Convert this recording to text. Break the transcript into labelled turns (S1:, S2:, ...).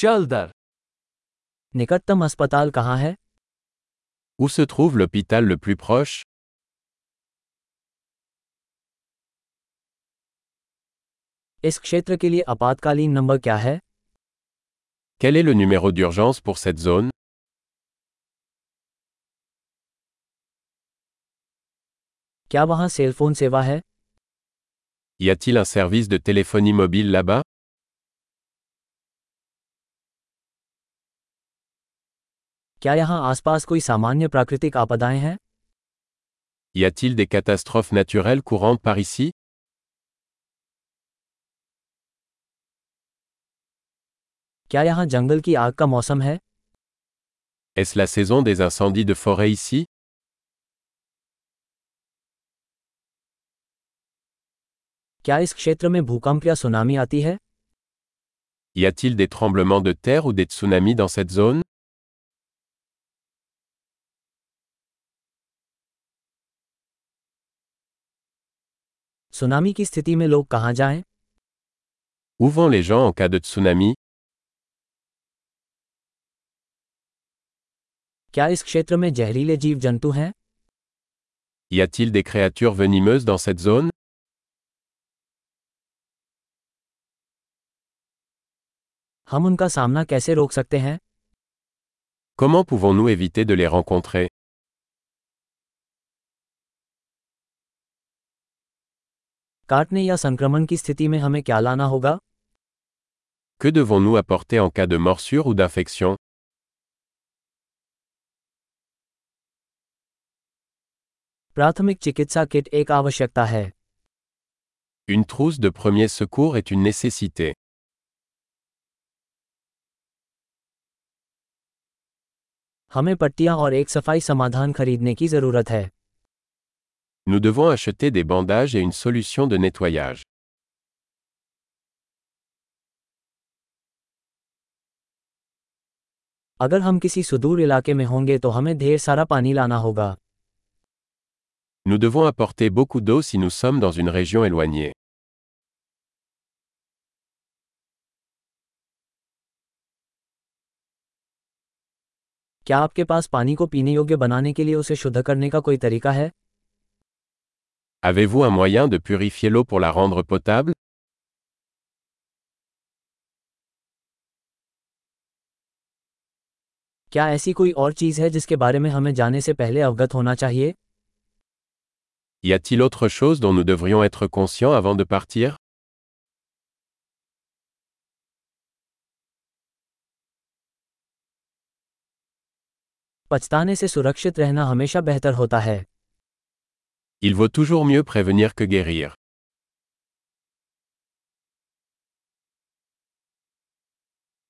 S1: चल दर
S2: निकटतम अस्पताल कहाँ है
S3: Où se trouve l'hôpital le plus proche
S2: इस क्षेत्र के लिए आपातकालीन नंबर क्या है
S3: Quel est le numéro d'urgence pour cette zone
S2: क्या वहाँ सेल फोन सेवा है
S3: Y a-t-il un service de téléphonie mobile là-bas
S2: क्या यहाँ आसपास कोई सामान्य प्राकृतिक आपदाएं हैं
S3: Y a-t-il des catastrophes naturelles courantes par ici
S2: क्या यहाँ जंगल की आग का मौसम है
S3: Est-ce la saison des incendies de forêt ici
S2: क्या इस क्षेत्र में भूकंप या सुनामी आती है
S3: Y a-t-il des tremblements de terre ou des tsunamis dans cette zone
S2: tsunami की स्थिति में लोग कहाँ जाएं?
S3: Où vont les gens en cas de tsunami
S2: क्या इस क्षेत्र में जहरीले जीव जंतु हैं
S3: Y a-t-il des créatures venimeuses dans cette zone
S2: हम उनका सामना कैसे रोक सकते हैं
S3: Comment pouvons-nous éviter de les rencontrer
S2: काटने या संक्रमण की स्थिति में हमें क्या लाना होगा
S3: Que devons-nous apporter en cas de morsure ou d'infection
S2: प्राथमिक चिकित्सा किट एक आवश्यकता है
S3: Une trousse de premier secours est une nécessité.
S2: हमें पट्टियां और एक सफाई समाधान खरीदने की जरूरत है
S3: Nous devons acheter des bandages et une solution de nettoyage.
S2: अगर हम किसी सुदूर इलाके में होंगे तो हमें ढेर सारा पानी लाना होगा
S3: Nous devons apporter beaucoup d'eau si nous sommes dans une région éloignée.
S2: क्या आपके पास पानी को पीने योग्य बनाने के लिए उसे शुद्ध करने का कोई तरीका है
S3: Avez-vous un moyen de purifier l'eau pour la rendre potable
S2: क्या ऐसी कोई और चीज़ है जिसके बारे में हमें जाने से पहले अवगत होना चाहिए
S3: Y a-t-il autre chose dont nous devrions être conscients avant de partir
S2: पछताने से सुरक्षित रहना हमेशा बेहतर होता है
S3: Il vaut toujours mieux prévenir que guérir.